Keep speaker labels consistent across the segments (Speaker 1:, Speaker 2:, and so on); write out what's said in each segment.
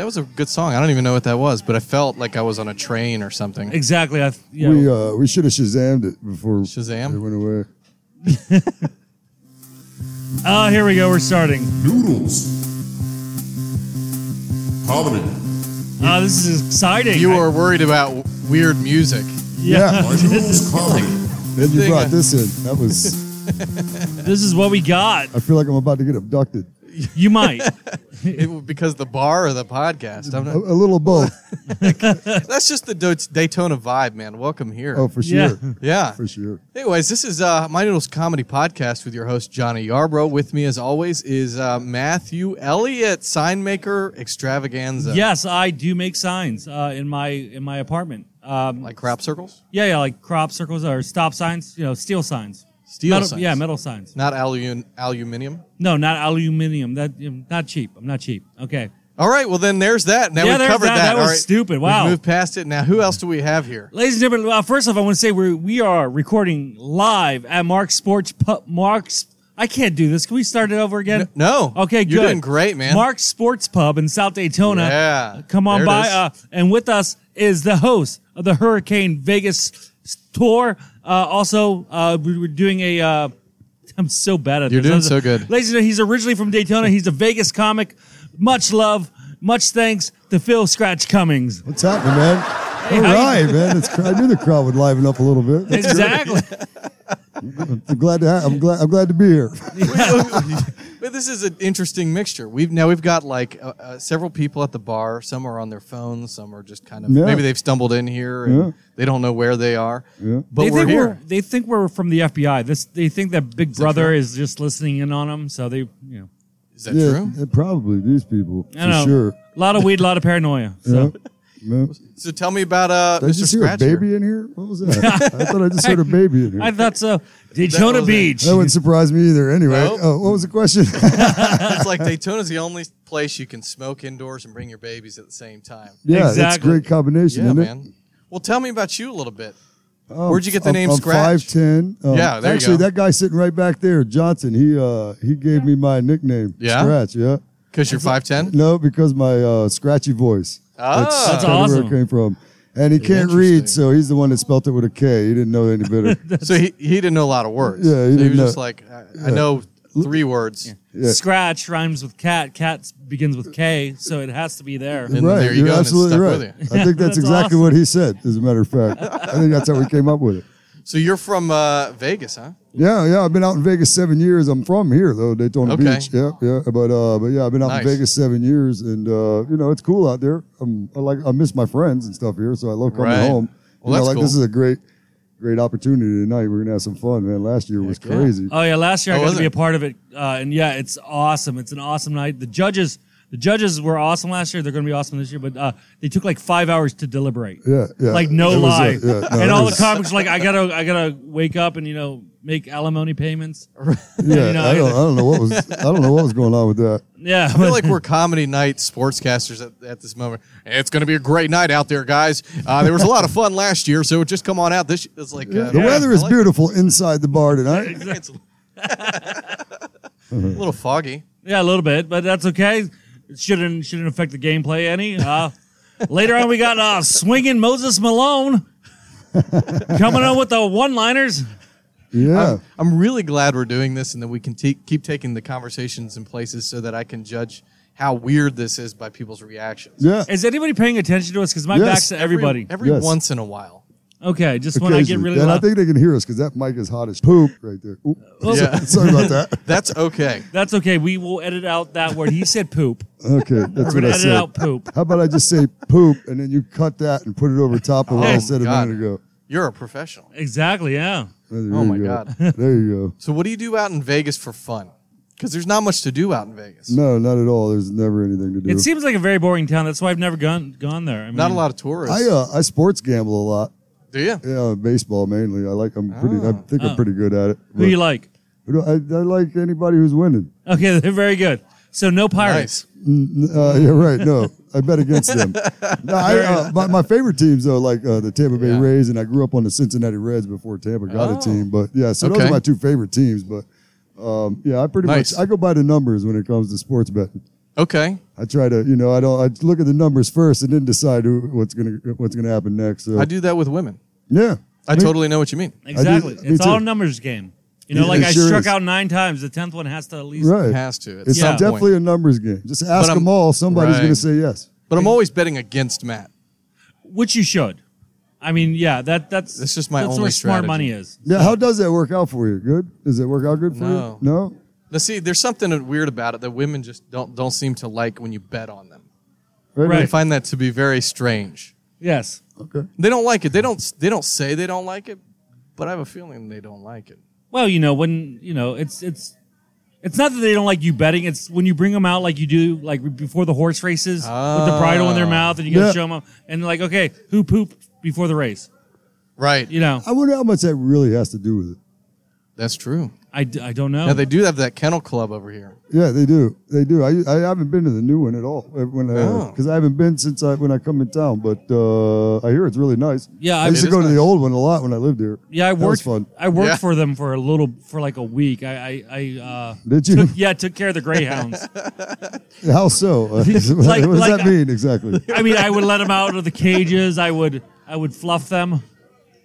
Speaker 1: That was a good song. I don't even know what that was, but I felt like I was on a train or something.
Speaker 2: Exactly. I, th- you know,
Speaker 3: We uh, we should have Shazammed it before
Speaker 1: Shazam?
Speaker 3: it went away.
Speaker 2: oh, here we go. We're starting.
Speaker 4: Noodles. Hominin.
Speaker 2: Oh, this is exciting.
Speaker 1: You
Speaker 2: I-
Speaker 1: were worried about weird music.
Speaker 2: Yeah.
Speaker 3: Yeah.
Speaker 2: this,
Speaker 4: Noodles hominin.
Speaker 3: Then you
Speaker 1: thing,
Speaker 3: brought
Speaker 1: uh,
Speaker 3: this in. That was.
Speaker 2: this is what we got.
Speaker 3: I feel like I'm about to get abducted.
Speaker 2: You might.
Speaker 1: It, was because the bar or the podcast. I'm
Speaker 3: A,
Speaker 1: not,
Speaker 3: a little of both.
Speaker 1: that's just the Do- Daytona vibe, man. Welcome here.
Speaker 3: Oh, for
Speaker 2: Yeah.
Speaker 3: sure.
Speaker 1: yeah.
Speaker 3: For sure.
Speaker 1: Anyways, this is uh, My Noodles Comedy Podcast with your host, Johnny Yarbrough. With me, as always, is uh, Matthew Elliott, sign maker extravaganza.
Speaker 2: yes, I do make signs uh, in my in my apartment. Um,
Speaker 1: Like crop circles?
Speaker 2: yeah, yeah, like crop circles or stop signs. You know, steel signs.
Speaker 1: Steel
Speaker 2: Metal-
Speaker 1: signs.
Speaker 2: Yeah, metal signs.
Speaker 1: Not alu- aluminium.
Speaker 2: No, not aluminium. That um, not cheap. I'm not cheap. Okay.
Speaker 1: All right, well, then there's that. Now
Speaker 2: Yeah,
Speaker 1: we
Speaker 2: there's
Speaker 1: covered
Speaker 2: that.
Speaker 1: that.
Speaker 2: That was
Speaker 1: All right.
Speaker 2: stupid.
Speaker 1: We've
Speaker 2: Wow.
Speaker 1: moved past it. Now, who else do we have here?
Speaker 2: Ladies and gentlemen, uh, first off, I want to say we're we are recording live at Mark's Sports Pub. Mark's. I can't do this. Can we start it over again?
Speaker 1: No.
Speaker 2: Okay, good.
Speaker 1: You're doing great, man.
Speaker 2: Mark's Sports Pub in South Daytona.
Speaker 1: Yeah.
Speaker 2: Come on
Speaker 1: There it
Speaker 2: by.
Speaker 1: is.
Speaker 2: Uh, and with us is the host of the Hurricane Vegas s- tour. Uh, also, uh, we were doing a. Uh, I'm so bad at
Speaker 1: You're
Speaker 2: this.
Speaker 1: doing
Speaker 2: That's-
Speaker 1: so good.
Speaker 2: Ladies and gentlemen, he's originally from Daytona. He's a Vegas comic. Much love, much thanks to Phil Scratch Cummings.
Speaker 3: What's happening, man? All
Speaker 2: how
Speaker 3: right,
Speaker 2: you-
Speaker 3: man. It's, I knew the crowd would liven up a little bit. That's good.
Speaker 2: Exactly.
Speaker 3: I'm glad to. Ha- I'm glad. I'm glad to be here.
Speaker 1: But this is an interesting mixture. We've now we've got like uh, uh, several people at the bar. Some are on their phones. Some are just kind of
Speaker 3: Yeah.
Speaker 1: maybe they've stumbled in here and
Speaker 3: Yeah.
Speaker 1: they don't know where they are.
Speaker 3: Yeah.
Speaker 1: But
Speaker 2: they
Speaker 1: we're
Speaker 2: think
Speaker 1: here.
Speaker 2: we're they think we're from the FBI. This they think that Big Brother is just listening in on them. So they, you know,
Speaker 1: is that
Speaker 3: yeah,
Speaker 1: true?
Speaker 3: yeah, probably these people
Speaker 2: I don't know.
Speaker 3: for sure.
Speaker 2: A lot of weed, a lot of paranoia. So
Speaker 3: Yeah.
Speaker 1: So tell me about uh,
Speaker 3: Did I
Speaker 1: Mr.
Speaker 3: just hear a
Speaker 1: Scratch.
Speaker 3: baby in here? What was that? I thought I just heard a baby in here.
Speaker 2: I thought so. Daytona
Speaker 1: was it.
Speaker 2: Beach.
Speaker 3: that wouldn't surprise me either. Anyway,
Speaker 1: No.
Speaker 3: oh, what was the question?
Speaker 1: it's like Daytona's the only place you can smoke indoors and bring your babies at the same time.
Speaker 3: yeah, that's a
Speaker 2: Exactly.
Speaker 3: great combination,
Speaker 1: Yeah,
Speaker 3: isn't it?
Speaker 1: man. Well, tell me about you a little bit. Where'd you get the
Speaker 3: Oh, I'm-
Speaker 1: name
Speaker 3: I'm
Speaker 1: Scratch?
Speaker 3: 5'10". Um,
Speaker 1: Yeah, there you
Speaker 3: actually,
Speaker 1: go.
Speaker 3: that guy sitting right back there, Johnson, he uh, he gave me my nickname,
Speaker 1: Yeah?
Speaker 3: Scratch. Yeah,
Speaker 1: Because you're five ten.
Speaker 3: no, because my uh, scratchy voice.
Speaker 1: Ah.
Speaker 2: That's
Speaker 3: kinda
Speaker 2: awesome.
Speaker 3: Where it came from, and he can't
Speaker 1: Interesting.
Speaker 3: read, so he's the one that spelt it with a K. He didn't know any better.
Speaker 1: So he, he didn't know a lot of words.
Speaker 3: Yeah,
Speaker 1: so
Speaker 3: he
Speaker 1: he
Speaker 3: didn't
Speaker 1: was
Speaker 3: know.
Speaker 1: just like I, I know three words.
Speaker 3: Yeah.
Speaker 2: Scratch rhymes with cat. Cat begins with K, so it has to be there.
Speaker 1: And
Speaker 3: right,
Speaker 1: there you
Speaker 3: you're
Speaker 1: go, and it
Speaker 3: absolutely
Speaker 1: stuck
Speaker 3: right.
Speaker 1: with
Speaker 3: I think that's,
Speaker 2: That's
Speaker 3: exactly
Speaker 2: awesome.
Speaker 3: what he said. As a matter of fact, I think that's how we came up with it.
Speaker 1: So you're from uh, Vegas, huh?
Speaker 3: Yeah, yeah. I've been out in Vegas seven years. I'm from here though, Daytona
Speaker 1: Okay.
Speaker 3: Beach. Yeah, yeah. But uh, but yeah, I've been out
Speaker 1: Nice.
Speaker 3: in Vegas seven years, and uh, you know it's cool out there. I'm, I like I miss my friends and stuff here, so I love coming
Speaker 1: Right.
Speaker 3: home.
Speaker 1: Well,
Speaker 3: you know,
Speaker 1: that's
Speaker 3: like
Speaker 1: cool.
Speaker 3: this is a great, great opportunity tonight. We're gonna have some fun, man. Last year was
Speaker 1: yeah.
Speaker 3: crazy.
Speaker 2: Oh yeah, last year
Speaker 1: Oh,
Speaker 2: I got
Speaker 1: was
Speaker 2: to be
Speaker 1: it?
Speaker 2: a part of it, uh, and yeah, it's awesome. It's an awesome night. The judges, the judges were awesome last year. They're going to be awesome this year, but uh, they took like five hours to deliberate.
Speaker 3: Yeah, yeah.
Speaker 2: Like no
Speaker 3: It was,
Speaker 2: lie,
Speaker 3: uh, yeah, no,
Speaker 2: and
Speaker 3: it
Speaker 2: all
Speaker 3: was-
Speaker 2: the comics were like I gotta, I gotta wake up and you know make alimony payments.
Speaker 3: Yeah,
Speaker 2: you know,
Speaker 3: I, don't, I don't know what was I don't know what was going on with that.
Speaker 2: Yeah,
Speaker 1: I feel like we're comedy night sportscasters at, at this moment. It's going to be a great night out there, guys. Uh, there was a lot of fun last year, so just come on out. This it's like uh,
Speaker 3: The
Speaker 1: yeah,
Speaker 3: weather
Speaker 1: I
Speaker 3: is
Speaker 1: like
Speaker 3: beautiful inside the bar tonight.
Speaker 1: it. It's a little foggy.
Speaker 2: Yeah, a little bit, but that's okay. It shouldn't shouldn't affect the gameplay any. Uh, later on, we got uh, swinging Moses Malone coming on with the one liners.
Speaker 3: Yeah.
Speaker 1: I'm really glad we're doing this, and that we can te- keep taking the conversations in places so that I can judge how weird this is by people's reactions.
Speaker 3: yeah.
Speaker 2: Is anybody paying attention to us? Because my
Speaker 3: Yes.
Speaker 2: back's to everybody.
Speaker 1: every, every
Speaker 3: Yes.
Speaker 1: once in a while.
Speaker 2: okay, just when I get
Speaker 3: Occasionally.
Speaker 2: really
Speaker 3: and I
Speaker 2: loud. Oh,
Speaker 3: think they can hear us because that mic is hot as poop right there. Oop.
Speaker 2: Well,
Speaker 1: Yeah,
Speaker 3: Sorry about that.
Speaker 1: that's okay.
Speaker 2: That's okay. We will edit out that word. He said poop.
Speaker 3: Okay, that's
Speaker 2: We're
Speaker 3: what
Speaker 2: gonna
Speaker 3: I
Speaker 2: edit
Speaker 3: said.
Speaker 2: out poop.
Speaker 3: How about I just say poop and then you cut that and put it over top of what
Speaker 1: Oh,
Speaker 3: I said a
Speaker 1: God.
Speaker 3: minute ago.
Speaker 1: You're a professional.
Speaker 2: Exactly. Yeah.
Speaker 3: There
Speaker 1: Oh,
Speaker 3: you
Speaker 1: my
Speaker 3: go.
Speaker 1: God.
Speaker 3: There you go.
Speaker 1: So, what do you do out in Vegas for fun? Because there's not much to do out in Vegas.
Speaker 3: No, not at all. There's never anything to do.
Speaker 2: It seems like a very boring town. That's why I've never gone gone there. I mean,
Speaker 1: Not a lot of tourists.
Speaker 3: I uh, I sports gamble a lot.
Speaker 1: do you?
Speaker 3: Yeah, baseball mainly. I like. I'm pretty. I think I'm pretty good at it.
Speaker 2: Ah, Who you like?
Speaker 3: But I, I like anybody who's winning.
Speaker 2: Okay, they're very good. So no pirates.
Speaker 1: Nice.
Speaker 3: Uh, yeah, right. No, I bet against them. No, I, uh, my, my favorite teams though, like uh, the Tampa Bay
Speaker 1: Yeah. Oh.
Speaker 3: Rays, and I grew up on the Cincinnati Reds before Tampa got a team. But yeah, so those
Speaker 1: Okay.
Speaker 3: are my two favorite teams. But um, yeah, I pretty
Speaker 1: Nice.
Speaker 3: much I go by the numbers when it comes to sports betting.
Speaker 1: Okay.
Speaker 3: I try to, you know, I don't. I look at the numbers first and then decide who, what's gonna what's gonna happen next. So
Speaker 1: I do that with women.
Speaker 3: yeah,
Speaker 1: I totally know what you mean.
Speaker 2: Exactly.
Speaker 3: me
Speaker 2: it's all a
Speaker 3: too.
Speaker 2: numbers game. You
Speaker 3: It-
Speaker 2: know, like
Speaker 3: it
Speaker 2: I
Speaker 3: sure
Speaker 2: struck
Speaker 3: is.
Speaker 2: out nine times. The tenth one has to at least.
Speaker 1: It
Speaker 3: right.
Speaker 1: has to. At
Speaker 3: it's
Speaker 1: some
Speaker 3: definitely
Speaker 1: point.
Speaker 3: a numbers game. Just ask
Speaker 1: I'm-
Speaker 3: them all. Somebody's
Speaker 1: right.
Speaker 3: gonna say yes.
Speaker 1: But I'm always betting against Matt.
Speaker 2: Which you should. I mean, yeah, that that's
Speaker 1: That's just my
Speaker 2: that's
Speaker 1: only
Speaker 2: where smart
Speaker 1: strategy.
Speaker 2: money is.
Speaker 3: Yeah, how does that work out for you? Good? Does it work out good for
Speaker 1: No.
Speaker 3: you? No.
Speaker 1: Now, see, there's something weird about it that women just don't don't seem to like when you bet on them. I
Speaker 2: Right.
Speaker 1: find that to be very strange.
Speaker 2: Yes.
Speaker 3: Okay.
Speaker 1: They don't like it. They don't. They don't say they don't like it, but I have a feeling they don't like it.
Speaker 2: Well, you know when you know it's it's it's not that they don't like you betting. It's when you bring them out like you do like before the horse races with the bridle in their
Speaker 1: Ah.
Speaker 2: mouth and you gotta
Speaker 3: Yeah.
Speaker 2: show 'em up and like okay who pooped before the race.
Speaker 1: Right.
Speaker 2: You know
Speaker 3: I wonder how much that really has to do with it.
Speaker 1: That's true.
Speaker 2: I, d- I don't know.
Speaker 1: Now they do have that kennel club over here.
Speaker 3: Yeah, they do. They do. I, I haven't been to the new one at all uh, when
Speaker 1: Oh.
Speaker 3: because I haven't been since I when I come in town. But uh, I hear it's really nice.
Speaker 2: Yeah,
Speaker 3: I,
Speaker 2: I-
Speaker 3: used
Speaker 1: It
Speaker 3: to
Speaker 1: is
Speaker 3: go to
Speaker 1: nice.
Speaker 3: the old one a lot when I lived here.
Speaker 2: yeah, I
Speaker 3: That was
Speaker 2: worked.
Speaker 3: fun.
Speaker 2: I worked
Speaker 1: Yeah.
Speaker 2: for them for a little for like a week. I I, I uh,
Speaker 3: Did you?
Speaker 2: took- yeah took care of the greyhounds.
Speaker 3: How so? Uh, what
Speaker 2: Like-
Speaker 3: does
Speaker 2: like-
Speaker 3: that mean exactly?
Speaker 2: I mean, I would let them out of the cages. I would I would fluff them.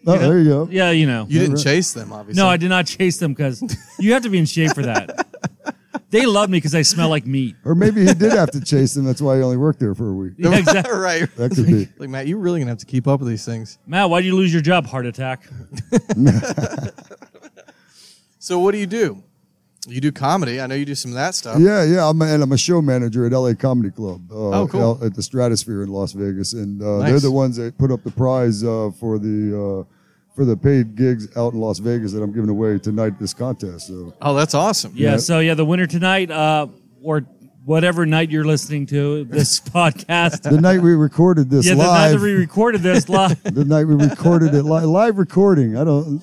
Speaker 3: oh, there you go.
Speaker 2: Yeah, you know.
Speaker 1: You didn't chase them, obviously.
Speaker 2: No, I did not chase them because you have to be in shape for that. They love me because I smell like meat.
Speaker 3: Or maybe he did have to chase them. That's why he only worked there for a week.
Speaker 2: Yeah, exactly.
Speaker 1: right.
Speaker 3: That could be.
Speaker 1: Like Matt, you're really gonna have to keep up with these things.
Speaker 2: Matt, why'd you lose your job? Heart attack.
Speaker 1: So what do you do? You do comedy. I know you do some of that stuff.
Speaker 3: Yeah, yeah. I'm a, and I'm a show manager at LA Comedy Club. Uh,
Speaker 1: Oh, cool.
Speaker 3: out At the Stratosphere in Las Vegas, and uh,
Speaker 1: Nice.
Speaker 3: they're the ones that put up the prize uh, for the uh, for the paid gigs out in Las Vegas that I'm giving away tonight at this contest. So
Speaker 1: Oh, that's awesome.
Speaker 2: Yeah,
Speaker 3: Yeah.
Speaker 2: So yeah, the winner tonight, uh, or whatever night you're listening to this podcast.
Speaker 3: the night we recorded this
Speaker 2: yeah, the night
Speaker 3: live,
Speaker 2: that we recorded this live.
Speaker 3: the night we recorded it li- live recording. I don't.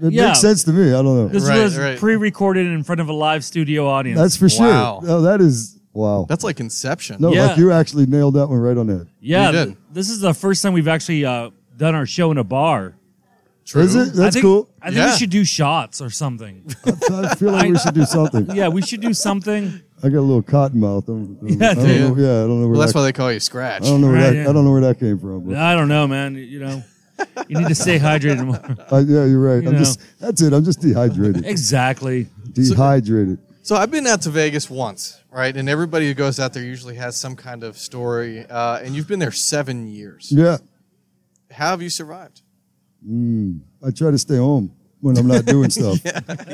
Speaker 3: It
Speaker 2: Yeah.
Speaker 3: makes sense to me. I don't know.
Speaker 2: This
Speaker 1: Right,
Speaker 2: was
Speaker 1: right.
Speaker 2: pre-recorded in front of a live studio audience.
Speaker 3: That's for sure.
Speaker 1: Wow.
Speaker 3: Oh, that is wow.
Speaker 1: That's like Inception.
Speaker 3: no,
Speaker 2: Yeah.
Speaker 3: like you actually nailed that one right on the head.
Speaker 2: yeah.
Speaker 1: You did.
Speaker 2: th- this is the first time we've actually uh, done our show in a bar.
Speaker 1: True.
Speaker 3: Is it?
Speaker 2: I
Speaker 3: That's
Speaker 2: think-
Speaker 3: cool.
Speaker 2: I think
Speaker 1: Yeah.
Speaker 2: we should do shots or something.
Speaker 3: I feel like we should do something.
Speaker 2: yeah, we should do something.
Speaker 3: I got a little cotton mouth. I'm, I'm-
Speaker 2: Yeah,
Speaker 3: I don't
Speaker 2: do
Speaker 1: you?
Speaker 3: know, yeah, I don't know where
Speaker 1: Well, that's
Speaker 3: that,
Speaker 1: why they call you Scratch.
Speaker 3: I don't know where
Speaker 2: Right,
Speaker 3: that,
Speaker 2: yeah.
Speaker 3: I don't know where that came from. but-
Speaker 2: I don't know, man. You know, you need to stay hydrated. more.
Speaker 3: I- yeah, you're right.
Speaker 2: You
Speaker 3: I'm
Speaker 2: know.
Speaker 3: just that's it. I'm just dehydrated.
Speaker 2: exactly.
Speaker 3: dehydrated.
Speaker 1: So I've been out to Vegas once, right? And everybody who goes out there usually has some kind of story. Uh, and you've been there seven years.
Speaker 3: Yeah,
Speaker 1: How have you survived?
Speaker 3: I try to stay home when I'm not doing stuff.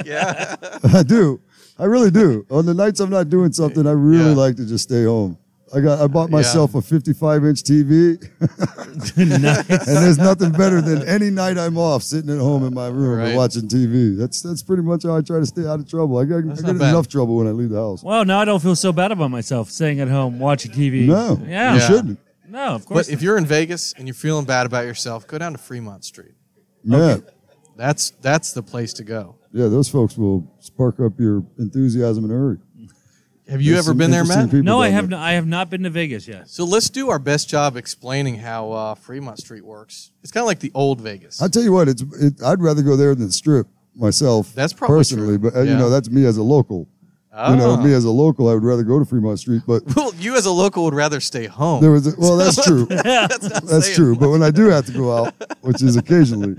Speaker 1: yeah.
Speaker 3: I do. I really do. On the nights I'm not doing something, I really
Speaker 1: Yeah.
Speaker 3: like to just stay home. I got. I bought myself a 55 inch TV,
Speaker 2: Nice.
Speaker 3: and there's nothing better than any night I'm off sitting at home in my room
Speaker 1: Right.
Speaker 3: and watching TV. That's that's pretty much how I try to stay out of trouble. I got, I
Speaker 1: not
Speaker 3: get
Speaker 1: bad.
Speaker 3: enough trouble when I leave the house.
Speaker 2: Well, now I don't feel so bad about myself staying at home watching TV.
Speaker 3: No,
Speaker 2: Yeah.
Speaker 3: you
Speaker 1: Yeah.
Speaker 3: shouldn't.
Speaker 2: No, of course.
Speaker 1: But if you're in Vegas and you're feeling bad about yourself, go down to Fremont Street.
Speaker 3: Yeah.
Speaker 1: That's that's the place to go.
Speaker 3: Yeah, those folks will spark up your enthusiasm in a hurry.
Speaker 1: Have you
Speaker 3: There's
Speaker 1: ever
Speaker 3: some
Speaker 1: been there,
Speaker 3: interesting
Speaker 1: Matt?
Speaker 3: people
Speaker 2: no, I
Speaker 3: down
Speaker 2: have.
Speaker 3: there.
Speaker 2: Not, I have not been to Vegas yet.
Speaker 1: So let's do our best job explaining how uh, Fremont Street works. It's kind of like the old Vegas.
Speaker 3: I'll tell you what, it's it, I'd rather go there than the strip myself.
Speaker 1: That's probably
Speaker 3: personally,
Speaker 1: true.
Speaker 3: but uh, you
Speaker 1: Yeah.
Speaker 3: know that's me as a local. You know,
Speaker 1: Ah.
Speaker 3: me as a local, I would rather go to Fremont Street. But
Speaker 1: Well, you as a local would rather stay home.
Speaker 3: there was a, well, that's true.
Speaker 1: That's what I'm
Speaker 3: That's
Speaker 1: saying,
Speaker 3: true. But when I do have to go out, which is occasionally,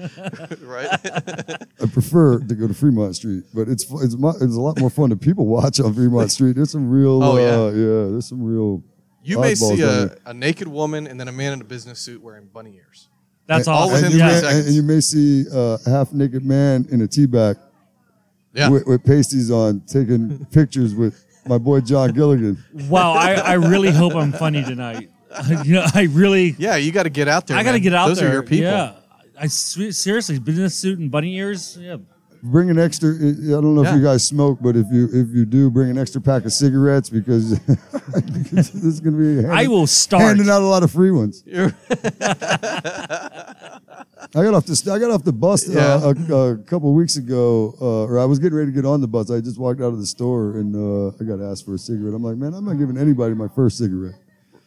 Speaker 1: Right?
Speaker 3: I prefer to go to Fremont Street. But it's fu- it's mu- it's a lot more fun to people watch on Fremont Street. There's some real,
Speaker 1: Oh, yeah.
Speaker 3: uh, yeah, there's some real.
Speaker 1: You may
Speaker 3: oddballs
Speaker 1: see
Speaker 3: down
Speaker 1: a,
Speaker 3: there.
Speaker 1: a naked woman and then a man in a business suit wearing bunny ears.
Speaker 2: That's
Speaker 1: all
Speaker 2: awesome.
Speaker 1: within
Speaker 3: and you,
Speaker 1: three
Speaker 2: yeah.
Speaker 3: may, and you may see a half naked man in a tea bag
Speaker 1: Yeah.
Speaker 3: with, with pasties on taking pictures with my boy John Gilligan.
Speaker 2: Wow. I, I really hope I'm funny tonight. you know, I really.
Speaker 1: Yeah, you got to get out there.
Speaker 2: I got to
Speaker 1: man.
Speaker 2: get out
Speaker 1: Those
Speaker 2: there.
Speaker 1: are your people.
Speaker 2: Yeah. I se- seriously business suit and bunny ears. Yeah.
Speaker 3: Bring an extra. I don't know
Speaker 1: Yeah.
Speaker 3: if you guys smoke, but if you if you do, bring an extra pack of cigarettes because this is going to be.
Speaker 2: I
Speaker 3: handed-
Speaker 2: will start.
Speaker 3: handing out a lot of free ones. I got off the st- I got off the bus uh, a, a couple weeks ago, uh, or I was getting ready to get on the bus. I just walked out of the store and uh, I got asked for a cigarette. I'm like, man, I'm not giving anybody my first cigarette.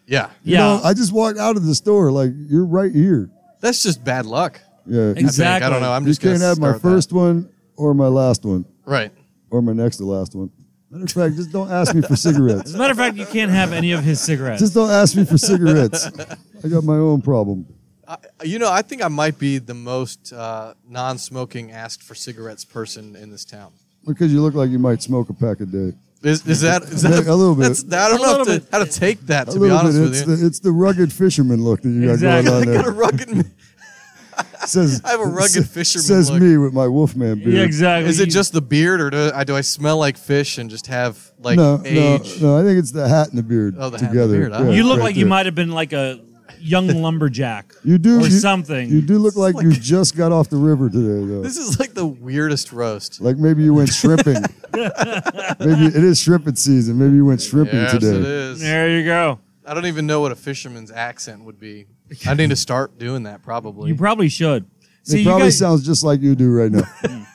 Speaker 1: Yeah.
Speaker 3: You
Speaker 2: Yeah.
Speaker 3: know, I just walked out of the store. Like you're right here.
Speaker 1: That's just bad luck.
Speaker 3: Yeah,
Speaker 1: I think. I,
Speaker 2: Exactly.
Speaker 1: don't know. I'm
Speaker 3: you
Speaker 1: just
Speaker 3: can't
Speaker 1: gonna
Speaker 3: have my
Speaker 1: start
Speaker 3: first one or my last one
Speaker 1: That. Right.
Speaker 3: or my next to last one. Matter of fact, just don't ask me for cigarettes.
Speaker 2: As a matter of fact, you can't have any of his cigarettes.
Speaker 3: Just don't ask me for cigarettes. I got my own problem.
Speaker 1: I, you know, I think I might be the most uh, non-smoking asked for cigarettes person in this town.
Speaker 3: Because you look like you might smoke a pack a day.
Speaker 1: Is, is that is that
Speaker 3: A little bit.
Speaker 1: that's- I don't
Speaker 2: A
Speaker 1: know
Speaker 2: little
Speaker 1: if to,
Speaker 2: bit.
Speaker 1: how to take that.
Speaker 3: A
Speaker 1: To be
Speaker 3: little
Speaker 1: honest
Speaker 3: bit.
Speaker 1: with
Speaker 3: It's
Speaker 1: you,
Speaker 3: the, it's the rugged fisherman look that you got
Speaker 2: Exactly.
Speaker 3: going on
Speaker 1: I got a
Speaker 3: there.
Speaker 1: rugged.
Speaker 3: Says,
Speaker 1: I have a rugged
Speaker 3: sa-
Speaker 1: fisherman
Speaker 3: Says
Speaker 1: look.
Speaker 3: me with my Wolfman beard.
Speaker 2: yeah, exactly.
Speaker 1: Is it just the beard, or do I, do I smell like fish and just have like
Speaker 3: no,
Speaker 1: age?
Speaker 3: no, no. I think it's the hat and the beard
Speaker 1: Oh, the hat and the
Speaker 3: together.
Speaker 1: beard, huh?
Speaker 3: Yeah,
Speaker 2: You look
Speaker 3: right
Speaker 2: like you
Speaker 3: there.
Speaker 2: might have been like a young lumberjack.
Speaker 3: You do
Speaker 2: or
Speaker 3: you-
Speaker 2: something.
Speaker 3: You do look like,
Speaker 1: like-
Speaker 3: you just got off the river today, though.
Speaker 1: This is like the weirdest roast.
Speaker 3: like maybe you went shrimping. maybe it is shrimping season. Maybe you went shrimping
Speaker 1: Yes,
Speaker 3: today.
Speaker 1: it is.
Speaker 2: There you go.
Speaker 1: I don't even know what a fisherman's accent would be. I need to start doing that probably.
Speaker 2: You probably should. See,
Speaker 3: it
Speaker 2: you
Speaker 3: probably
Speaker 2: guys,
Speaker 3: sounds just like you do right now.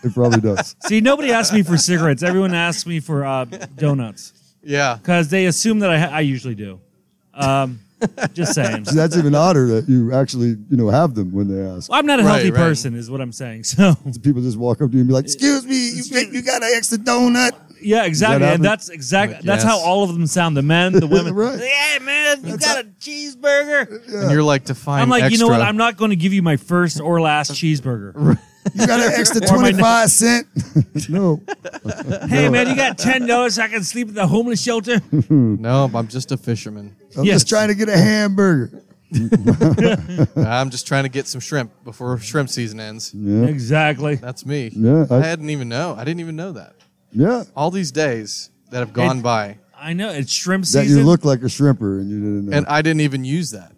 Speaker 3: it probably does.
Speaker 2: see, nobody asked me for cigarettes. Everyone asked me for uh, donuts
Speaker 1: yeah.
Speaker 2: because they assume that I, ha- I usually do. Um, just saying.
Speaker 3: See, that's even odder that you actually you know have them when they ask.
Speaker 2: I'm not a
Speaker 1: Right,
Speaker 2: healthy
Speaker 1: right.
Speaker 2: person, is what I'm saying. So,
Speaker 3: People just walk up to you and be like, "Excuse me, you think you got an extra donut?"
Speaker 2: yeah, exactly,
Speaker 3: happen?
Speaker 2: and that's exactly
Speaker 1: Like,
Speaker 2: that's
Speaker 1: yes.
Speaker 2: how all of them sound. The men, the women.
Speaker 3: Right.
Speaker 2: Yeah, man, you got a cheeseburger.
Speaker 1: And you're like to find
Speaker 2: I'm like,
Speaker 1: extra.
Speaker 2: you know what? I'm not going to give you my first or last cheeseburger.
Speaker 3: You got an extra
Speaker 2: Or my-
Speaker 3: twenty-five cent? no,
Speaker 2: hey, man, you got ten dollars? I can sleep at the homeless shelter.
Speaker 1: no, I'm just a fisherman.
Speaker 3: I'm
Speaker 2: Yes.
Speaker 3: just trying to get a hamburger.
Speaker 1: I'm just trying to get some shrimp before shrimp season ends.
Speaker 3: Yeah,
Speaker 2: Exactly.
Speaker 1: That's me.
Speaker 3: Yeah,
Speaker 1: I,
Speaker 3: I-
Speaker 1: hadn't even know. I didn't even know that.
Speaker 3: yeah.
Speaker 1: All these days that have gone
Speaker 2: It-
Speaker 1: by,
Speaker 2: I know it's shrimp
Speaker 3: That
Speaker 2: season.
Speaker 3: you look like a shrimper and you didn't know.
Speaker 1: and I didn't even use that.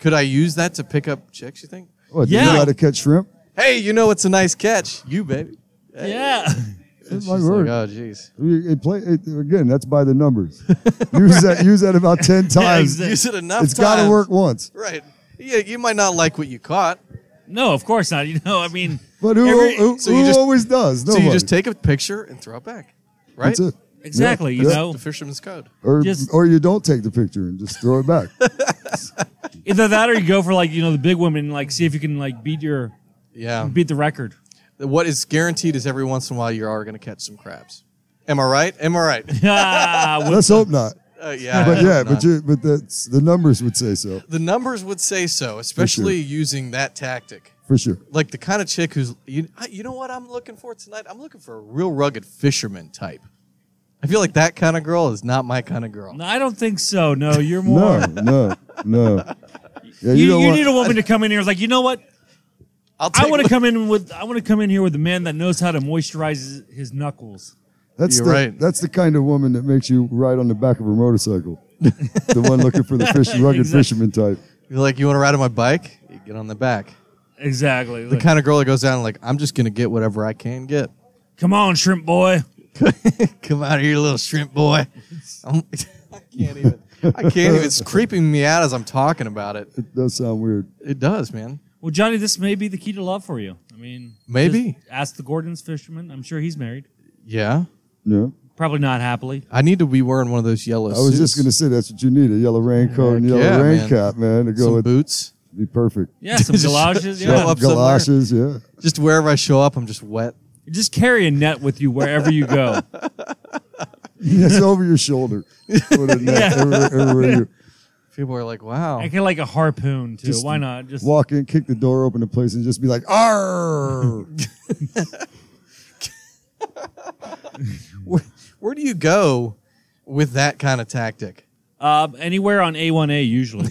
Speaker 1: Could I use that to pick up chicks? You think?
Speaker 3: what, you
Speaker 2: Yeah.
Speaker 3: know how to catch shrimp?
Speaker 1: Hey, you know it's a nice catch, you baby.
Speaker 2: yeah.
Speaker 1: And
Speaker 3: my
Speaker 1: she's
Speaker 3: word.
Speaker 1: Like, oh, jeez.
Speaker 3: We- It play it, again. That's by the numbers. use that. Use that about ten times.
Speaker 2: exactly.
Speaker 3: It's
Speaker 1: Use it enough.
Speaker 3: got to
Speaker 1: times.
Speaker 3: work once.
Speaker 1: Right. Yeah, you might not like what you caught.
Speaker 2: No, of course not. You know, I mean,
Speaker 3: But who,
Speaker 2: Every-
Speaker 3: who,
Speaker 1: so you
Speaker 3: who
Speaker 1: just-
Speaker 3: always does?
Speaker 1: So
Speaker 3: Nobody.
Speaker 1: you just take a picture and throw it back. Right?
Speaker 3: That's it.
Speaker 2: exactly.
Speaker 3: Yeah.
Speaker 2: You
Speaker 3: Yeah.
Speaker 2: know,
Speaker 1: Oh. The fisherman's code.
Speaker 3: Or,
Speaker 2: Just-
Speaker 3: or you don't take the picture and just throw it back.
Speaker 2: either that or you go for like you know the big women, like see if you can like beat your
Speaker 1: Yeah.
Speaker 2: beat the record.
Speaker 1: What is guaranteed is every once in a while you are going to catch some crabs. Am I right? Am I right?
Speaker 2: Ah, well,
Speaker 3: Let's hope not.
Speaker 1: Uh, yeah. I
Speaker 3: But yeah,
Speaker 1: hope not.
Speaker 3: but you, but that's the numbers would say so
Speaker 1: the numbers would say so, especially using that tactic.
Speaker 3: for sure.
Speaker 1: Like the kind of chick who's you, I- you know what I'm looking for tonight? I'm looking for a real rugged fisherman type. I feel like that kind of girl is not my kind of girl.
Speaker 2: no, I don't think so. No, you're more.
Speaker 3: No, no, no. Yeah,
Speaker 2: You,
Speaker 3: don't
Speaker 2: you
Speaker 3: want-
Speaker 2: need a woman to come in here like you know what
Speaker 1: I'll take
Speaker 2: I want
Speaker 1: a
Speaker 2: to come in with I want to come in here with a man that knows how to moisturize his, his knuckles.
Speaker 3: That's
Speaker 1: You're
Speaker 3: the,
Speaker 1: right.
Speaker 3: That's the kind of woman that makes you ride on the back of her motorcycle. the one looking for the fish, rugged
Speaker 2: Exactly.
Speaker 3: fisherman type.
Speaker 1: You're like, you want to ride on my bike? You get on the back.
Speaker 2: Exactly.
Speaker 1: The
Speaker 2: Like,
Speaker 1: kind of girl that goes down like, I'm just gonna get whatever I can get.
Speaker 2: come on, shrimp boy.
Speaker 1: Come out here, you little shrimp boy. I'm, I can't even. I can't even. It's creeping me out as I'm talking about it.
Speaker 3: It does sound weird.
Speaker 1: It does, man.
Speaker 2: Well, Johnny, this may be the key to love for you. I mean,
Speaker 1: Maybe.
Speaker 2: just ask the Gordon's fisherman. I'm sure he's married.
Speaker 1: Yeah,
Speaker 3: Yeah.
Speaker 2: Probably not happily.
Speaker 1: I need to be wearing one of those yellow.
Speaker 3: I was just gonna say that's what you need—a yellow raincoat and yellow
Speaker 1: yeah,
Speaker 3: rain
Speaker 1: man.
Speaker 3: cap, man, to go
Speaker 1: some
Speaker 3: with.
Speaker 1: boots.
Speaker 3: Be perfect.
Speaker 2: Yeah, some
Speaker 1: Just
Speaker 2: galoshes.
Speaker 1: show
Speaker 2: Yeah,
Speaker 1: up. somewhere.
Speaker 3: Galoshes, yeah.
Speaker 1: Just wherever I show up, I'm just wet.
Speaker 2: just carry a net with you wherever you go.
Speaker 3: It's over your shoulder. Put it in there, everywhere- everywhere you
Speaker 1: People are like, "Wow,
Speaker 2: I get like a harpoon too.
Speaker 3: Just
Speaker 2: Why not? Just
Speaker 3: walk in, kick the door open the place, and just be like, "Arr!"
Speaker 1: where, where do you go with that kind of tactic?"
Speaker 2: uh, anywhere on A1A usually,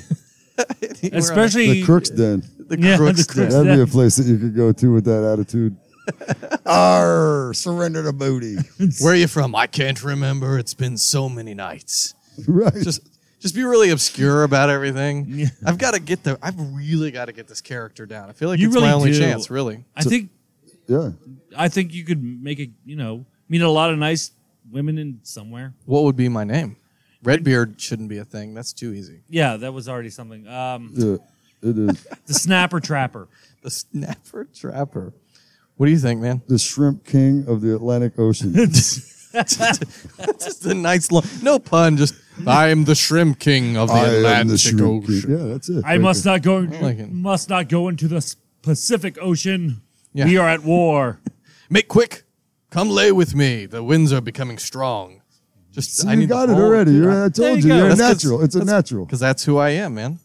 Speaker 1: Anywhere on-
Speaker 2: especially
Speaker 3: the crook's den.
Speaker 1: the
Speaker 2: yeah, the
Speaker 1: crooks.
Speaker 2: crooks.
Speaker 1: den.
Speaker 3: That'd be a place that you could go to with that attitude. Arr! Surrender the booty.
Speaker 1: Where are you from? I can't remember. It's been so many nights.
Speaker 3: right.
Speaker 1: just just be really obscure about everything. I've got to get the. I've really got to get this character down. I feel like
Speaker 2: You
Speaker 1: it's my
Speaker 2: really
Speaker 1: only
Speaker 2: do.
Speaker 1: chance. Really,
Speaker 2: I think
Speaker 3: yeah.
Speaker 2: I think you could make a you know meet a lot of nice women in somewhere.
Speaker 1: what would be my name? Redbeard shouldn't be a thing. That's too easy.
Speaker 2: Yeah, that was already something. Um,
Speaker 3: Yeah. It is
Speaker 2: the snapper trapper.
Speaker 1: The Snapper Trapper. What do you think, man?
Speaker 3: the shrimp king of the Atlantic Ocean.
Speaker 1: just a nice long, no pun. Just I am the Shrimp King of the Atlantic Ocean.
Speaker 3: king. Yeah, that's it.
Speaker 2: I must not go.
Speaker 1: like it.
Speaker 2: must not go into the s- Pacific Ocean.
Speaker 1: Yeah.
Speaker 2: We are at war.
Speaker 1: Make quick, come lay with me. The winds are becoming strong. Just
Speaker 3: See,
Speaker 1: I
Speaker 3: you
Speaker 1: need
Speaker 3: got
Speaker 1: the
Speaker 3: it
Speaker 1: whole-
Speaker 3: already. You're, I
Speaker 1: There
Speaker 3: told you,
Speaker 1: go.
Speaker 3: you are a
Speaker 1: That's 'cause-
Speaker 3: natural. It's a
Speaker 1: that's-
Speaker 3: natural.
Speaker 1: Cause that's who I am, man.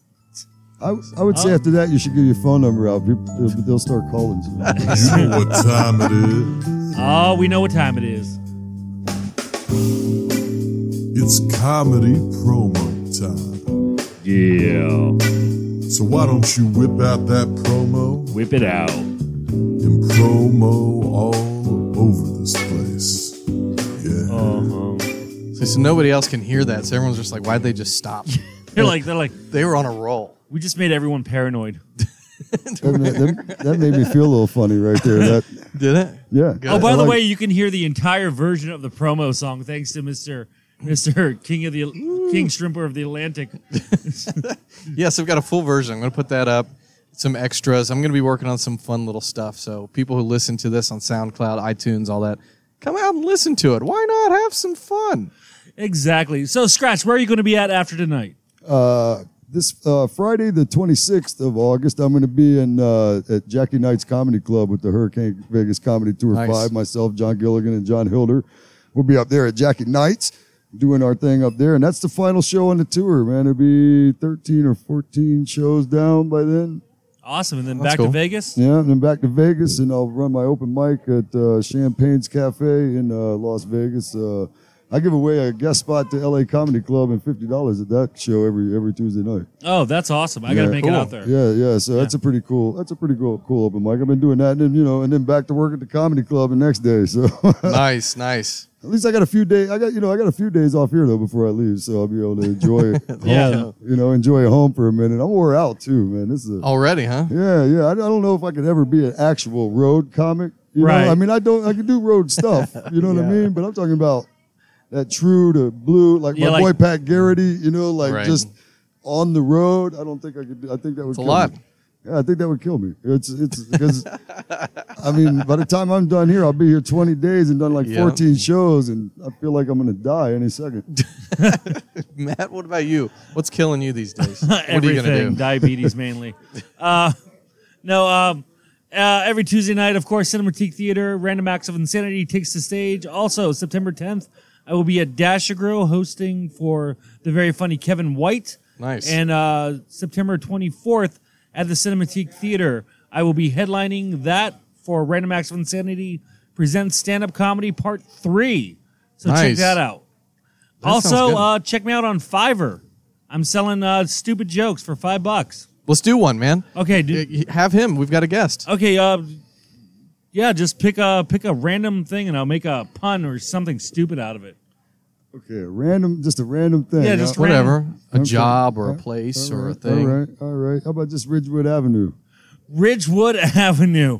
Speaker 3: I, I would say
Speaker 2: Oh.
Speaker 3: after that, you should give your phone number out. People- They'll they'll start calling you.
Speaker 4: You know what time it is.
Speaker 2: Oh, we know what time it is.
Speaker 4: It's comedy promo time.
Speaker 2: Yeah.
Speaker 4: So why don't you whip out that promo
Speaker 2: Whip it out.
Speaker 4: and promo all over this place? Yeah.
Speaker 2: Uh-huh.
Speaker 1: So, so nobody else can hear that. So everyone's just like, why'd they just stop?
Speaker 2: They're like, they're like,
Speaker 1: they were on a roll.
Speaker 2: we just made everyone paranoid.
Speaker 3: that, made, that, that made me feel a little funny right there. That,
Speaker 1: Did it?
Speaker 3: yeah.
Speaker 1: Good.
Speaker 2: Oh, by
Speaker 3: I
Speaker 2: the
Speaker 3: like-
Speaker 2: way, you can hear the entire version of the promo song thanks to Mister Mister King of the King Shrimper of the Atlantic.
Speaker 1: Yes, I've got a full version. I'm going to put that up. Some extras. I'm going to be working on some fun little stuff. So people who listen to this on SoundCloud, iTunes, all that, come out and listen to it. Why not have some fun?
Speaker 2: Exactly. So, Scratch, where are you going to be at after tonight?
Speaker 3: Uh, this uh, Friday, the 26th of August, I'm going to be in uh, at Jackie Knight's Comedy Club with the Hurricane Vegas Comedy Tour
Speaker 1: Nice.
Speaker 3: 5. Myself, John Gilligan, and John Hilder. We'll be up there at Jackie Knight's doing our thing up there. And that's the final show on the tour, man. It'll be 13 or 14 shows down by then.
Speaker 2: Awesome. And then
Speaker 1: That's
Speaker 2: back
Speaker 1: cool.
Speaker 2: to Vegas.
Speaker 3: Yeah, and then back to Vegas, and I'll run my open mic at uh, Champagne's Cafe in uh, Las Vegas. Uh, I give away a guest spot to LA Comedy Club and fifty dollars at that show every every Tuesday night.
Speaker 2: Oh, that's awesome. I got to
Speaker 3: Yeah.
Speaker 2: make it
Speaker 1: Cool.
Speaker 2: out there.
Speaker 3: Yeah, yeah. So that's a pretty cool. That's a pretty cool cool open mic. I've been doing that, and then you know, and then back to work at the comedy club the next day. So at
Speaker 1: nice, nice.
Speaker 3: least I got a few days. I got you know I got a few days off here though before I leave, so I'll be able to enjoy it.
Speaker 2: Yeah.
Speaker 3: home, you know, enjoy it home for a minute. I'm wore out too, man. This is a,
Speaker 1: Already, huh?
Speaker 3: yeah, yeah. I, I don't know if I could ever be an actual road comic. You
Speaker 2: Right.
Speaker 3: Know? I mean, I don't. I can do road stuff. You know what I
Speaker 1: Yeah.
Speaker 3: mean? But I'm talking about that true to blue, like
Speaker 2: Yeah,
Speaker 3: my
Speaker 2: like-
Speaker 3: boy Pat Garrity. You know, like
Speaker 1: Right.
Speaker 3: just on the road. I don't think I could. do I think that would.
Speaker 1: It's a
Speaker 3: kill
Speaker 1: lot.
Speaker 3: Me. Yeah, I think that would kill me. It's it's because I mean, by the time I'm done here, I'll be here 20 days and done like
Speaker 1: Yeah.
Speaker 3: 14 shows, and I feel like I'm gonna die any second.
Speaker 1: Matt, what about you? What's killing you these days? what are you
Speaker 2: Everything.
Speaker 1: going to do?
Speaker 2: Diabetes mainly. Uh, no, um, uh, every Tuesday night, of course, Cinematique Theater, Random Acts of Insanity takes the stage. Also, September 10th, I will be at Dashagro hosting for the very funny Kevin White.
Speaker 1: Nice.
Speaker 2: And uh, September 24th at the Cinematique Theater, I will be headlining that for Random Acts of Insanity presents stand up comedy part three. So check
Speaker 1: Nice.
Speaker 2: that out.
Speaker 1: sounds
Speaker 2: also,
Speaker 1: good.
Speaker 2: uh, check me out on Fiverr. I'm selling uh, stupid jokes for five bucks.
Speaker 1: Let's do one, man.
Speaker 2: Okay, dude.
Speaker 1: Y- y- Have him. We've got a guest.
Speaker 2: Okay, uh, yeah, just pick a pick a random thing and I'll make a pun or something stupid out of it.
Speaker 3: Okay, random, just a random thing.
Speaker 2: Yeah, just
Speaker 3: Uh,
Speaker 1: Whatever. A
Speaker 3: Okay.
Speaker 1: job or a
Speaker 3: Okay.
Speaker 1: place
Speaker 3: all
Speaker 1: or a
Speaker 3: right,
Speaker 1: thing.
Speaker 3: All right, all right. How about just Ridgewood Avenue?
Speaker 2: Ridgewood Avenue.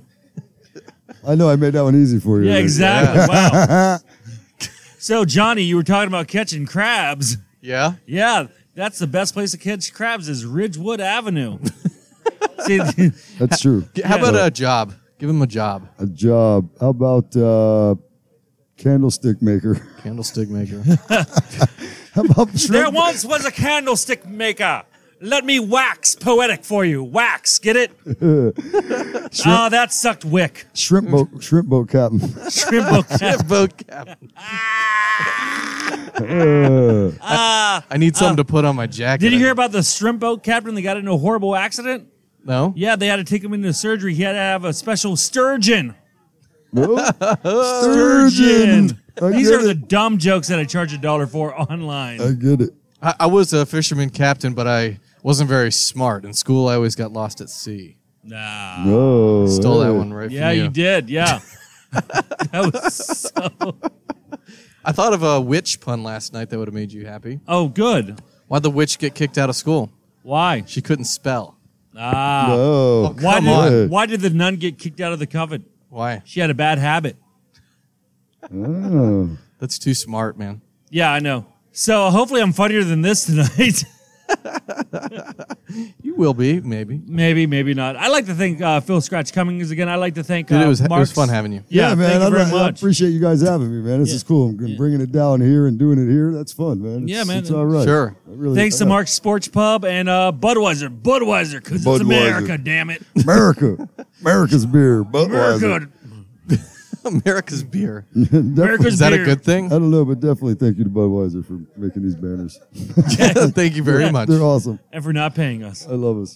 Speaker 3: I know I made that one easy for you.
Speaker 2: Yeah, exactly. Wow. so, Johnny, you were talking about catching crabs.
Speaker 1: Yeah.
Speaker 2: Yeah, that's the best place to catch crabs is Ridgewood Avenue. See, th-
Speaker 3: That's true.
Speaker 1: G- How about a job? Give him a job.
Speaker 3: A job. How about uh, candlestick maker?
Speaker 1: Candlestick maker.
Speaker 3: How about
Speaker 2: there
Speaker 3: shrimp?
Speaker 2: once was a candlestick maker. Let me wax poetic for you. Wax, get it? Ah, that sucked wick.
Speaker 3: shrimp boat, shrimp boat captain.
Speaker 2: Shrimp book.
Speaker 1: Boat captain. I need something to put on my jacket.
Speaker 2: Uh, Did you hear about the shrimp boat captain that got into a horrible accident?
Speaker 1: No.
Speaker 2: Yeah, they had to take him into surgery. He had to have a special sturgeon.
Speaker 3: Sturgeon. I
Speaker 2: These
Speaker 3: get
Speaker 2: are the
Speaker 3: it.
Speaker 2: dumb jokes that I charge a dollar for online.
Speaker 3: I get it.
Speaker 1: I, I was a fisherman captain, but I wasn't very smart. In school, I always got lost at sea.
Speaker 2: nah.
Speaker 3: Oh,
Speaker 1: Stole that
Speaker 3: hey.
Speaker 1: one right
Speaker 2: Yeah,
Speaker 1: from you.
Speaker 2: you did. Yeah. that was so.
Speaker 1: I thought of a witch pun last night that would have made you happy.
Speaker 2: Oh, good.
Speaker 1: Why'd the witch get kicked out of school?
Speaker 2: Why?
Speaker 1: She couldn't spell.
Speaker 2: Ah.
Speaker 3: Oh,
Speaker 2: Why
Speaker 1: Come
Speaker 2: did,
Speaker 3: on.
Speaker 2: why did the nun get kicked out of the coven?
Speaker 1: Why?
Speaker 2: She had a bad habit.
Speaker 3: oh.
Speaker 1: That's too smart, man.
Speaker 2: Yeah, I know. So hopefully I'm funnier than this tonight.
Speaker 1: You will be, maybe.
Speaker 2: maybe, maybe not. I like to thank uh, Phil Scratch Cummings again. I like to thank. Uh,
Speaker 1: Dude, it was it was
Speaker 2: Mark's-
Speaker 1: fun having you.
Speaker 2: Yeah,
Speaker 3: man.
Speaker 2: Thank you
Speaker 3: I,
Speaker 2: very
Speaker 3: I
Speaker 2: much.
Speaker 3: appreciate you guys having me, man. This is cool. I'm bringing it down here and doing it here. That's fun, man. It's,
Speaker 2: Yeah, man.
Speaker 3: It's all right.
Speaker 1: Sure.
Speaker 3: I really-
Speaker 2: Thanks to
Speaker 3: yeah.
Speaker 2: Mark's Sports Pub and uh, Budweiser. Budweiser, because it's
Speaker 3: Budweiser.
Speaker 2: America, damn it.
Speaker 3: America. America's beer. Budweiser.
Speaker 2: America.
Speaker 1: America's beer.
Speaker 3: Definitely-
Speaker 1: Is that a
Speaker 2: Beer.
Speaker 1: good thing?
Speaker 3: I don't know, but definitely thank you to Budweiser for making these banners.
Speaker 1: Thank you very much.
Speaker 3: They're awesome.
Speaker 2: and for not paying us.
Speaker 3: I love us.